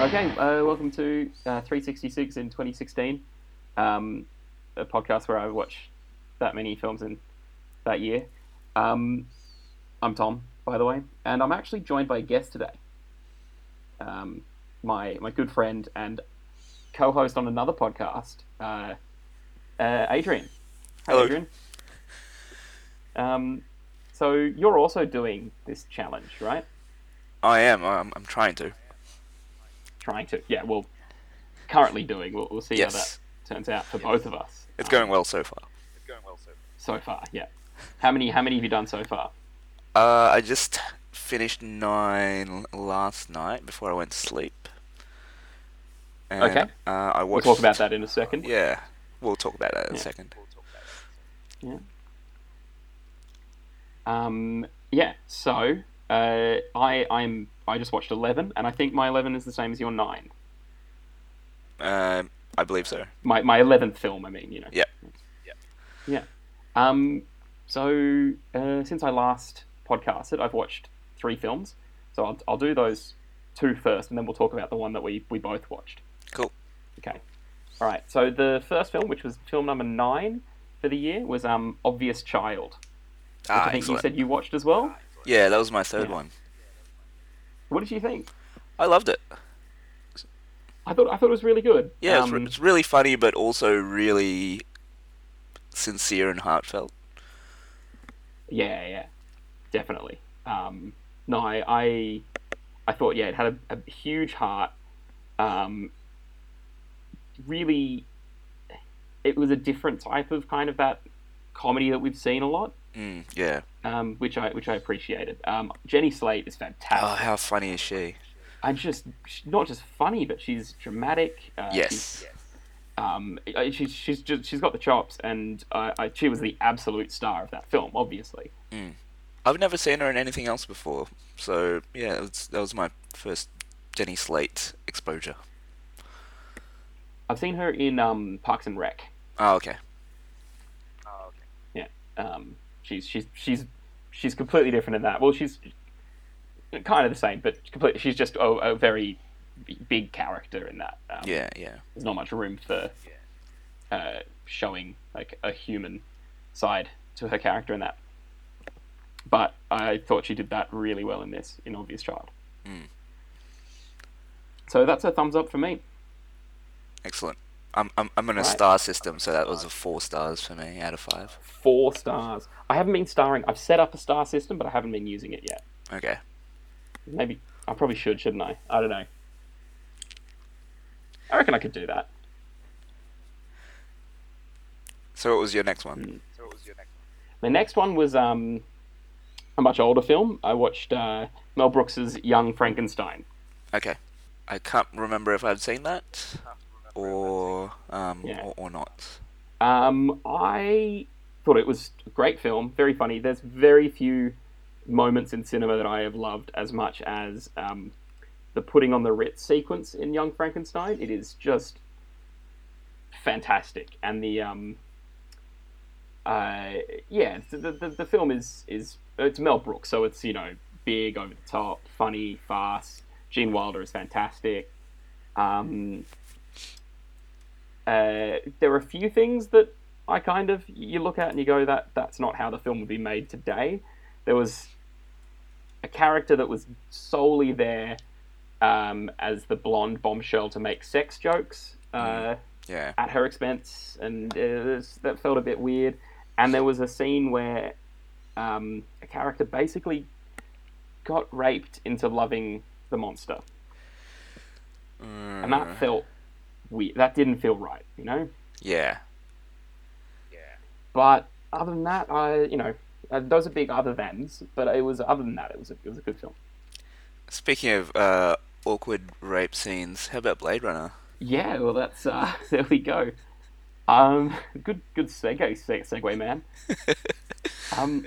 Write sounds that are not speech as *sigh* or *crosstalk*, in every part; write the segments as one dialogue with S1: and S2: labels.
S1: Okay, uh, welcome to uh, 366 in 2016, um, a podcast where I watch that many films in that year. Um, I'm Tom, by the way, and I'm actually joined by a guest today. Um, my my good friend and co-host on another podcast, uh, uh, Adrian. Hey,
S2: Hello.
S1: Adrian. Um, so you're also doing this challenge, right?
S2: I am. I'm, I'm trying to.
S1: trying to. Yeah, well, currently doing. We'll, we'll see how that
S2: Yes.
S1: turns out for both of us.
S2: It's
S1: um,
S2: going well so far.
S1: so far. Yeah. How many? How many have you done so far?
S2: Uh, I just finished nine last night before I went to sleep. And,
S1: Okay.
S2: Uh, I
S1: We'll
S2: watched.
S1: talk about that in a second.
S2: Yeah, we'll talk about that in a
S1: Yeah.
S2: second.
S1: Um, yeah. So uh, I I'm I just watched eleven, and I think my eleven is the same as your nine.
S2: Um, I believe so.
S1: My my eleventh film. I mean, you know.
S2: Yeah.
S1: Yeah. Um, so uh, since I last podcasted, I've watched three films. So I'll I'll do those two first, and then we'll talk about the one that we we both watched.
S2: Cool.
S1: Okay. All right. So the first film, which was film number nine for the year, was um, Obvious Child. Which
S2: Ah,
S1: I think
S2: excellent.
S1: you said you watched as well.
S2: Yeah, that was my third
S1: Yeah.
S2: one.
S1: What did you think?
S2: I loved it.
S1: I thought I thought it was really good.
S2: Yeah, it's,
S1: Um,
S2: re- it's really funny, but also really sincere and heartfelt.
S1: yeah, yeah, definitely. Um, no, I, I, I thought yeah, it had a, a huge heart. Um, really, it was a different type of kind of that comedy that we've seen a lot,
S2: Mm, yeah.
S1: um, which I which I appreciated. Um, Jenny Slate is fantastic.
S2: Oh, how funny is she?
S1: and just she's not just funny, but she's dramatic. Uh,
S2: yes.
S1: she's, um, uh, she's she's just she's got the chops, and uh, I, she was the absolute star of that film, obviously.
S2: I've never seen her in anything else before, so yeah, it was, that was my first Jenny Slate exposure.
S1: I've seen her in um, Parks and Rec.
S2: Oh, okay.
S1: Yeah, um, she's she's she's she's completely different in that. Well, she's kind of the same, but completely. She's just a, a very b- big character in that. Um,
S2: Yeah, yeah,
S1: there's not much room for uh, showing like a human side to her character in that. But I thought she did that really well in this in Obvious Child.
S2: Mm.
S1: So that's a thumbs up for me.
S2: excellent. I'm I'm I'm in a
S1: Right.
S2: star system, so that was a four stars for me out of five.
S1: Four stars. I haven't been starring. I've set up a star system, but I haven't been using it yet.
S2: Okay.
S1: Maybe I probably should, shouldn't I? I don't know. I reckon I could do that.
S2: So what was your next one?
S1: Hmm. The next one was um, a much older film. I watched uh, Mel Brooks's Young Frankenstein.
S2: Okay. I can't remember if I'd seen that, or um
S1: Yeah.
S2: or, or not.
S1: Um, I thought it was a great film, very funny. There's very few moments in cinema that I have loved as much as um, the putting on the Ritz sequence in Young Frankenstein. It is just fantastic, and the um, uh, yeah, the, the- the the film is is it's Mel Brooks, so it's you know big, over the top, funny, fast. Gene Wilder is fantastic. Um, uh, there are a few things that I kind of you look at and you go that that's not how the film would be made today. There was a character that was solely there um, as the blonde bombshell to make sex jokes uh,
S2: Yeah.
S1: at her expense, and uh, this- that felt a bit weird. And there was a scene where um, a character basically got raped into loving the monster, and that
S2: Mm,
S1: felt weird. That didn't feel right, you know.
S2: yeah.
S1: But other than that, I you know uh, those are big other thans. But it was other than that, it was a, it was a good film.
S2: Speaking of uh awkward rape scenes, how about Blade Runner?
S1: Yeah, well that's uh, *laughs* there we go. Um, good good segue se- segue man. um,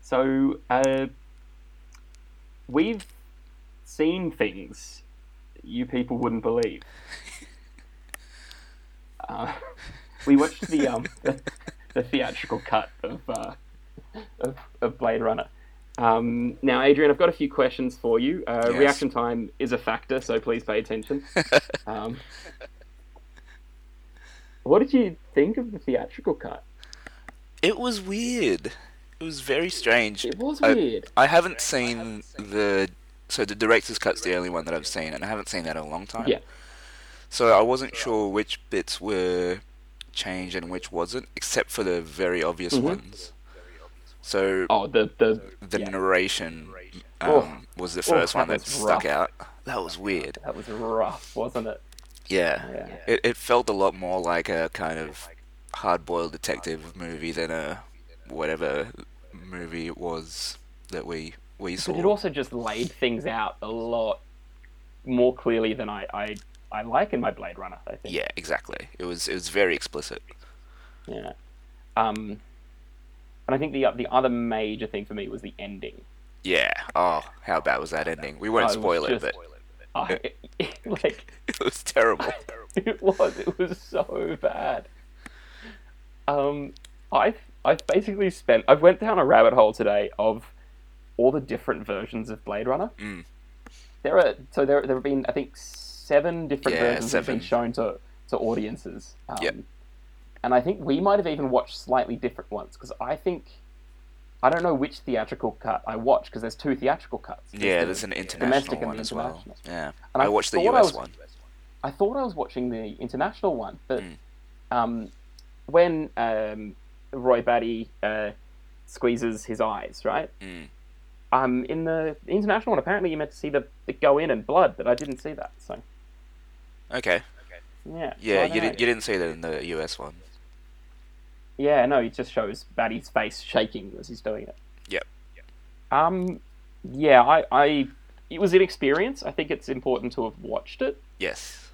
S1: so uh, we've seen things you people wouldn't
S2: *laughs*
S1: believe. Uh, we watched the *laughs* um the, the theatrical cut of, uh, of of Blade Runner. Um, now, Adrian, I've got a few questions for you. Uh,
S2: Yes.
S1: Reaction time is a factor, so please pay
S2: *laughs*
S1: attention. Um, what did you think of the theatrical cut?
S2: It was weird. It was very strange.
S1: It was
S2: I-
S1: weird.
S2: I haven't seen the so the director's cut's the only one that I've seen, and I haven't seen that in a long time.
S1: Yeah.
S2: So I wasn't sure which bits were changed and which wasn't, except for the very obvious
S1: Mhm.
S2: ones. So
S1: Oh, the the
S2: the
S1: yeah.
S2: narration um,
S1: Oh.
S2: was the
S1: Oh,
S2: first one
S1: that
S2: that
S1: was
S2: stuck
S1: rough.
S2: out. That was weird.
S1: that was rough, wasn't it?
S2: Yeah.
S1: Yeah.
S2: It it felt a lot more like a kind of hard-boiled detective movie than a whatever movie it was that we we
S1: But it
S2: saw.
S1: also just laid things out a lot more clearly than I I, I like in my Blade Runner. I think.
S2: Yeah, exactly. It was it was very explicit.
S1: Yeah. Um, and I think the the other major thing for me was the ending.
S2: Yeah. Oh, how bad was that ending? We won't
S1: Oh, it was
S2: spoil it,
S1: just-
S2: but *laughs*
S1: I, *laughs* like
S2: it was *laughs* terrible.
S1: *laughs* it was it was so bad. Um, I've I've basically spent I've went down a rabbit hole today of all the different versions of Blade Runner.
S2: Mm.
S1: There are so there there have been I think seven different
S2: Yeah,
S1: versions that have been shown to to audiences. Um,
S2: Yep.
S1: And I think we might have even watched slightly different ones because I think I don't know which theatrical cut I watched because there's two theatrical cuts.
S2: Yeah,
S1: the-
S2: there's an international
S1: domestic and
S2: one
S1: the
S2: as well.
S1: international.
S2: Yeah.
S1: And
S2: I
S1: I
S2: watched the
S1: thought I
S2: US
S1: was-
S2: one.
S1: I thought I was watching the international one, but
S2: Mm.
S1: um, when um, Roy Batty uh, squeezes his eyes, right?
S2: Mm.
S1: Um, in the international one, apparently you meant to see the, the go in and blood, but I didn't see that. So
S2: Okay.
S1: yeah,
S2: Yeah,
S1: I
S2: you
S1: don't know.
S2: didn't you didn't see that in the US one.
S1: Yeah, no, it just shows Batty's face shaking as he's doing it.
S2: Yep.
S1: Um, yeah, I, I, it was an experience. I think it's important to have watched it.
S2: Yes.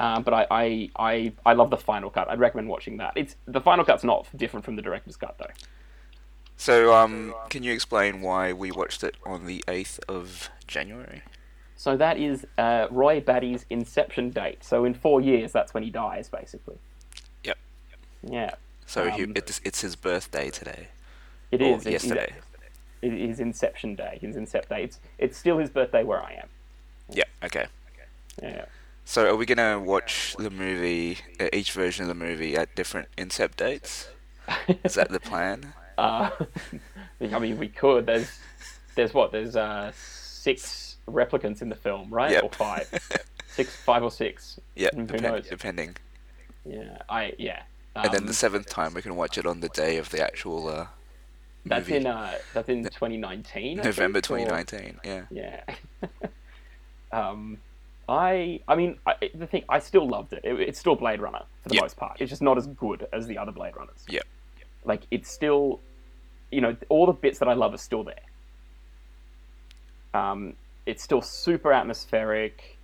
S1: Um, but I, I, I, I love the final cut. I'd recommend watching that. It's the final cut's not different from the director's cut though.
S2: So um can you explain why we watched it on the 8th of January?
S1: So that is uh, Roy Batty's inception date. So in four years, that's when he dies, basically.
S2: Yep.
S1: Yeah,
S2: So he,
S1: Um,
S2: it's it's his birthday today.
S1: it
S2: Or
S1: is. It's-
S2: yesterday.
S1: It is his inception day. His incept day. It's it's still his birthday where I am.
S2: Yeah, okay. *laughs*
S1: Yeah.
S2: So are we going to watch the movie uh, each version of the movie at different incept dates? Is that the plan?
S1: Uh, I mean, we could. There's there's what there's uh, six replicants in the film, right?
S2: Yep.
S1: Or five, six, five or six.
S2: Yeah,
S1: Who
S2: depend-
S1: knows?
S2: depending.
S1: Yeah. I yeah.
S2: And then the
S1: Um,
S2: seventh time we can watch it on the day of the actual uh,
S1: that's
S2: movie.
S1: in uh, that's in 2019. I think,
S2: November
S1: or-
S2: 2019. Yeah.
S1: Yeah. *laughs* um, I I mean I, the thing I still loved it. it. It's still Blade Runner for the
S2: Yeah.
S1: most part. It's just not as good as the other Blade Runners.
S2: Yeah.
S1: Like it's still, you know, all the bits that I love are still there. Um, it's still super atmospheric,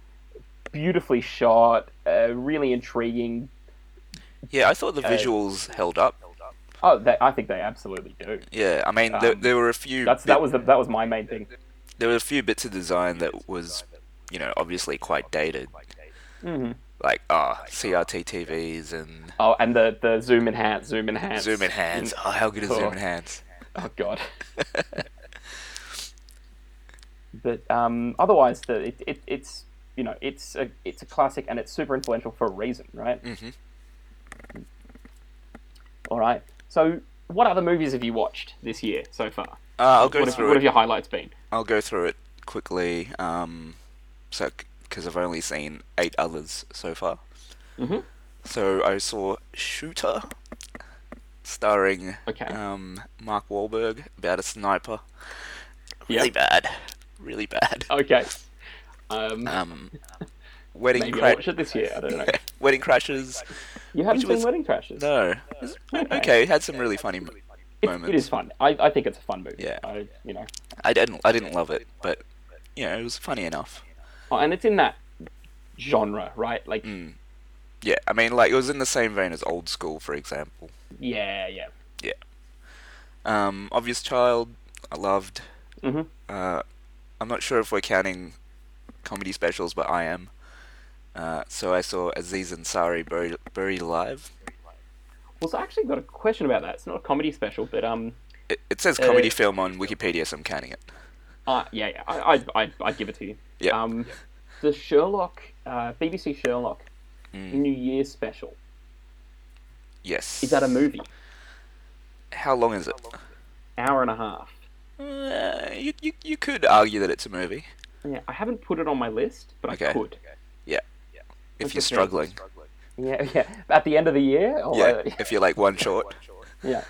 S1: beautifully shot, uh, really intriguing.
S2: Yeah, I thought the
S1: Uh,
S2: visuals held up.
S1: Oh, they, I think they absolutely do.
S2: Yeah, I mean there,
S1: um,
S2: there were a few
S1: That's
S2: bit-
S1: that was the, that was my main thing.
S2: there were a few bits of design that was, you know, obviously quite dated,
S1: hmm
S2: like ah CRT TVs and
S1: Oh, and the the zoom enhance, zoom enhance,
S2: zoom in hands. Oh, how good is
S1: Oh.
S2: zoom in hands?
S1: *laughs* Oh God. but um, otherwise, the it, it, it's you know it's a it's a classic and it's super influential for a reason, right?
S2: hmm Mm-hmm.
S1: All right. So, what other movies have you watched this year so far?
S2: Uh, I'll go
S1: what, have,
S2: through
S1: what
S2: it.
S1: have your highlights been?
S2: I'll go through it quickly. Um, so because I've only seen eight others so far.
S1: Mhm.
S2: So I saw Shooter, starring
S1: Okay.
S2: um, Mark Wahlberg, about a
S1: Yeah.
S2: sniper.
S1: Oh.
S2: Really bad, really bad.
S1: Okay. Um,
S2: Um, wedding
S1: maybe I'll
S2: cra-
S1: watch it this year. I
S2: *laughs*
S1: don't know.
S2: wedding crashes.
S1: You haven't
S2: Which
S1: seen
S2: was-
S1: Wedding Crashes?
S2: No, It's-
S1: Okay.
S2: okay. It had some really funny mo-
S1: It's,
S2: moments.
S1: it is fun. I, I think it's a fun movie.
S2: Yeah.
S1: I, you know,
S2: I didn't, I didn't love it, but you know, it was funny enough.
S1: oh, and it's in that genre, right? Like,
S2: Mm. Yeah, I mean, like it was in the same vein as Old School, for example.
S1: yeah, yeah.
S2: Um, Obvious Child, I loved.
S1: hmm
S2: Uh, I'm not sure if we're counting comedy specials, but I am. Uh, so I saw Aziz Ansari buried, buried alive.
S1: Well, so I actually got a question about that. It's not a comedy special, but um,
S2: It, it says
S1: Uh,
S2: comedy film on Wikipedia, so I'm counting it.
S1: Uh, yeah, yeah, I, I, I, I'd give it to you.
S2: Yeah.
S1: Um, the Sherlock, uh, BBC Sherlock
S2: Mm.
S1: New Year's special.
S2: Yes.
S1: Is that a movie?
S2: How long is it?
S1: Hour and a half.
S2: Uh, you, you you could argue that it's a movie
S1: Yeah, I haven't put it on my list, but I
S2: Okay.
S1: could.
S2: if
S1: That's
S2: you're
S1: okay.
S2: struggling.
S1: Yeah, yeah. At the end of the year, or uh,
S2: Yeah, if you're like one short.
S1: yeah.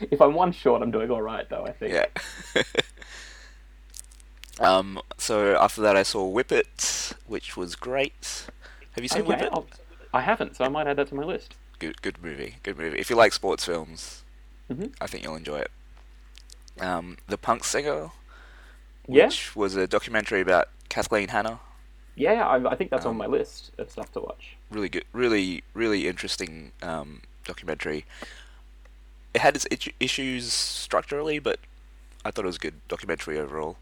S1: If I'm one short, I'm doing all right though. I think.
S2: Yeah. *laughs* um. So after that, I saw Whippet, which was great. Have you seen
S1: Okay,
S2: Whippet?
S1: I'll- I haven't, so I might add that to my list.
S2: Good, good movie. Good movie. If you like sports films,
S1: Mhm.
S2: I think you'll enjoy it. Um, the Punk Singer,
S1: Yeah,
S2: which was a documentary about Kathleen Hanna.
S1: yeah. yeah, I, I think that's on
S2: Um,
S1: my list of stuff to watch.
S2: Really good. Really, really interesting um, documentary. It had its itch- issues structurally, but I thought it was a good documentary overall.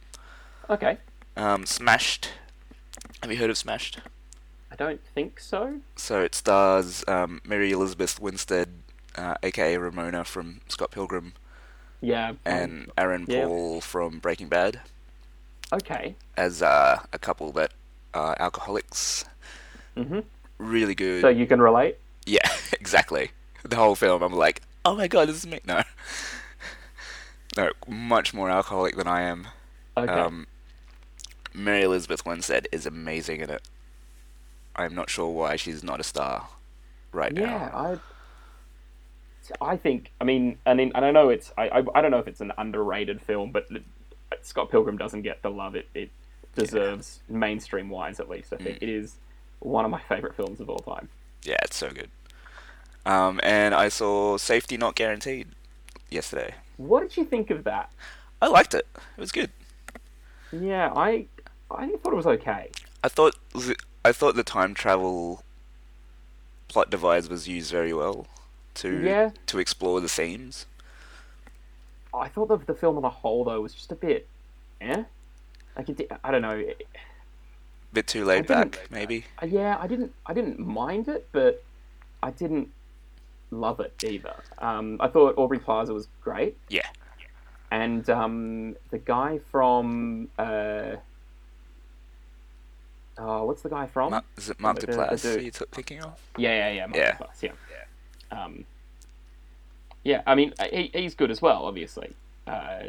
S1: Okay,
S2: Um, Smashed. Have you heard of Smashed?
S1: I don't think so.
S2: So it stars um, Mary Elizabeth Winstead, uh, aka Ramona from Scott Pilgrim,
S1: Yeah. um,
S2: and Aaron
S1: yeah.
S2: Paul from Breaking Bad
S1: okay.
S2: as uh, a couple that are alcoholics.
S1: hmm
S2: Really good.
S1: So you can relate.
S2: *laughs* yeah, exactly. The whole film, I'm like, oh my god, this is me. *laughs* No. No, much more alcoholic than I am.
S1: Okay.
S2: Um, Mary Elizabeth Winstead is amazing in it. I'm not sure why she's not a star right
S1: yeah,
S2: now.
S1: I. I think. I mean, and in, and I know it's. I, I I don't know if it's an underrated film, but it- Scott Pilgrim doesn't get the love it it deserves mainstream wise at least. I think it is one of my favorite films of all time.
S2: Yeah, it's so good. Um, and I saw Safety Not Guaranteed yesterday.
S1: What did you think of that?
S2: I liked it. It was good.
S1: Yeah, I I thought it was okay.
S2: I thought th- I thought the time travel plot device was used very well to
S1: Yeah.
S2: to explore the themes.
S1: I thought the, the film on the whole though was just a bit, eh? Like it, di- I don't know. It-
S2: bit too laid
S1: didn't-
S2: back, maybe.
S1: uh, yeah, I didn't I didn't mind it, but I didn't love it either. Um, I thought Aubrey Plaza was great,
S2: Yeah.
S1: and um, the guy from uh, oh, what's the guy from?
S2: Mark, is it Mark
S1: the- the
S2: Duplass
S1: dude-
S2: you took thinking of?
S1: yeah, yeah, yeah, Mark
S2: Yeah.
S1: Duplass, yeah, yeah. Um, yeah, I mean he, he's good as well, obviously. Uh,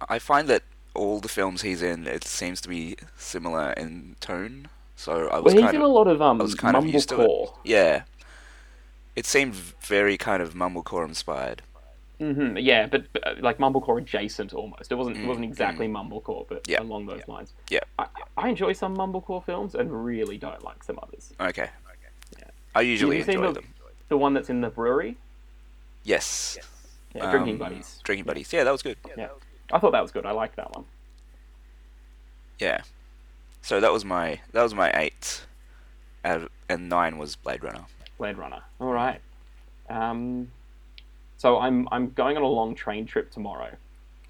S2: I find that all the films he's in, it seems to be similar in tone. So I was
S1: well, he's
S2: kind
S1: in
S2: of
S1: a lot of um
S2: I was kind of used to it.
S1: mumblecore.
S2: Yeah. It seemed very kind of mumblecore inspired.
S1: hmm yeah, but, but uh, like mumblecore adjacent almost. It wasn't it wasn't exactly mumblecore, but
S2: Mm-hmm. Yeah,
S1: along those lines.
S2: yeah.
S1: I, I enjoy some mumblecore films and really don't like some others.
S2: Okay. I usually
S1: Have you seen
S2: enjoy
S1: the-
S2: them.
S1: The one that's in the brewery,
S2: Yes.
S1: yeah, Drinking
S2: Um,
S1: Buddies.
S2: Drinking Buddies. Yeah, that was good.
S1: Yeah, I thought that was good. I liked that one.
S2: Yeah. So that was my that was my eight, out of, and nine was Blade Runner.
S1: Blade Runner. All right. Um, so I'm I'm going on a long train trip tomorrow.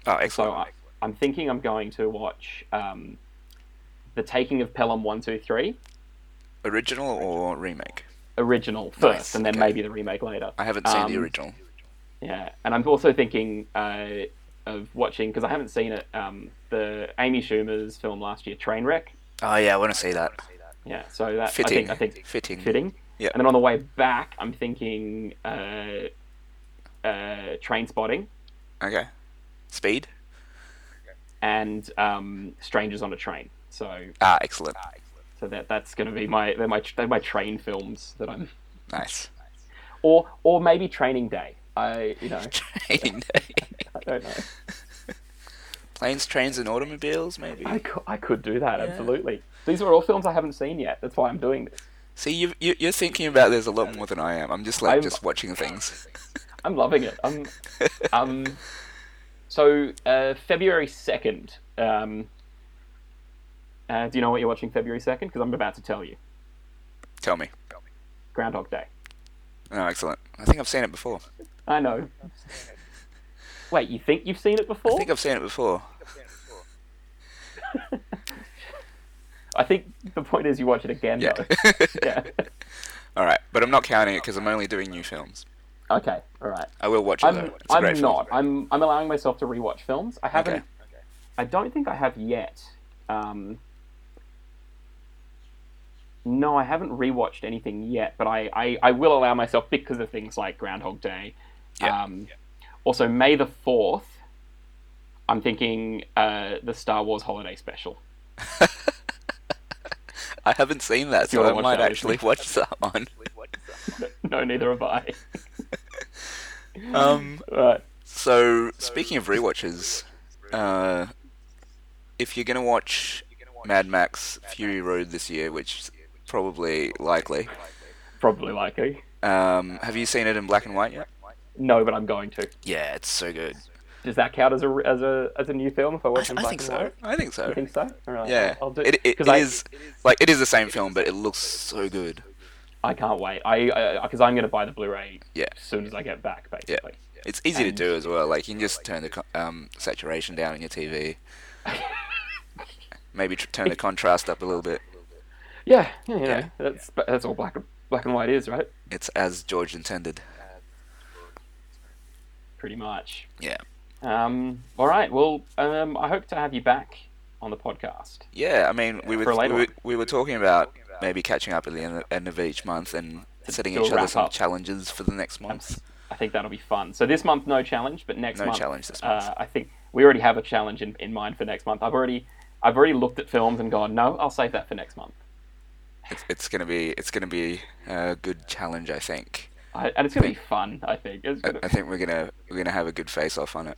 S2: Oh,
S1: So
S2: excellent.
S1: I, I'm thinking I'm going to watch um, the Taking of Pelham One Two Three
S2: original or remake?
S1: original first,
S2: Nice,
S1: and then
S2: okay.
S1: maybe the remake later.
S2: I haven't seen the
S1: Um,
S2: original.
S1: Yeah, and I'm also thinking uh, of watching because I haven't seen it. Um, the Amy Schumer's film last year, Trainwreck.
S2: Oh yeah, I want to see that.
S1: Yeah, so that
S2: Fitting.
S1: I think I think
S2: Fitting.
S1: fitting.
S2: Yeah.
S1: And then on the way back, I'm thinking uh, uh, Train Spotting
S2: Okay. Speed.
S1: and um, Strangers on a Train. So
S2: Ah, excellent.
S1: so that that's going to be my they're my they're my train films that I'm
S2: Nice. *laughs*
S1: or or maybe Training Day. I you know
S2: Train *laughs* day.
S1: I don't know.
S2: Planes, trains, and automobiles. Maybe.
S1: I could, I could do that absolutely. These are all films I haven't seen yet. That's why I'm doing this.
S2: See, you, you you're thinking about this a lot more than I am. I'm just like
S1: I'm-
S2: just watching things.
S1: I'm loving it. I'm, um, so uh, February second. Um, uh, do you know what you're watching February second? Because I'm about to tell you.
S2: Tell me.
S1: Groundhog Day.
S2: Oh, excellent. I think I've seen it before.
S1: I know. Wait, you think you've seen it before?
S2: I think I've seen it before.
S1: I think the point is you watch it again.
S2: Yeah.
S1: Though. *laughs* yeah.
S2: All right, but I'm not counting it because I'm only doing new films.
S1: Okay, all right.
S2: I will watch it
S1: I'm,
S2: though. It's a great
S1: I'm
S2: film.
S1: not. I'm I'm allowing myself to rewatch films. I haven't.
S2: Okay.
S1: I don't think I have yet. Um, no, I haven't rewatched anything yet, but I, I, I will allow myself because of things like Groundhog Day.
S2: Yeah.
S1: Um, Also, May the 4th, I'm thinking uh, the Star Wars Holiday Special. *laughs*
S2: I haven't seen that,
S1: You
S2: so
S1: wanna
S2: I
S1: watch
S2: might
S1: that with
S2: actually
S1: me?
S2: watch that one.
S1: no, neither have I. *laughs* Uh,
S2: Um,
S1: Right.
S2: so speaking of rewatches, uh, if you're gonna watch Mad Max Fury Road this year, which is probably likely,
S1: Probably likely.
S2: um, have you seen it in black and white yet?
S1: No, but I'm going to.
S2: Yeah, it's so good.
S1: Does that count as a, as a, as a new film if I
S2: I,
S1: watch it in
S2: I
S1: black
S2: think
S1: and
S2: so.
S1: white?
S2: I think so.
S1: You think so? All right.
S2: Yeah,
S1: I'll do
S2: it, it, it
S1: 'cause I-
S2: is like it is the same film, but it looks so good.
S1: I can't wait. I because I'm going to buy the Blu-ray
S2: Yeah.
S1: as soon as I get back, basically.
S2: It's easy to
S1: And-
S2: do as well. Like you can just turn the co- um, saturation down on your TV.
S1: *laughs*
S2: Maybe tr- turn the contrast up a little bit.
S1: Yeah, yeah, you know,
S2: Yeah.
S1: that's that's all black black and white is, right?
S2: It's as George intended.
S1: Pretty much.
S2: Yeah.
S1: Um, all right. Well, um, I hope to have you back on the podcast.
S2: Yeah, I mean, we
S1: For
S2: were,
S1: a
S2: we
S1: later
S2: were
S1: one.
S2: we were talking about maybe catching up at the end of, end of each month and setting
S1: do a
S2: each other
S1: wrap
S2: some
S1: up.
S2: challenges for the next month.
S1: I think that'll be fun. So this month, no challenge, but next
S2: No
S1: month,
S2: challenge this month.
S1: Uh, I think we already have a challenge in, in mind for next month. I've already I've already looked at films and gone, no, I'll save that for next month.
S2: It's, it's gonna be it's gonna be a good challenge, I think.
S1: I, and it's going to be fun. I think. It's
S2: I,
S1: gonna,
S2: I think we're gonna we're gonna have a good face off on it.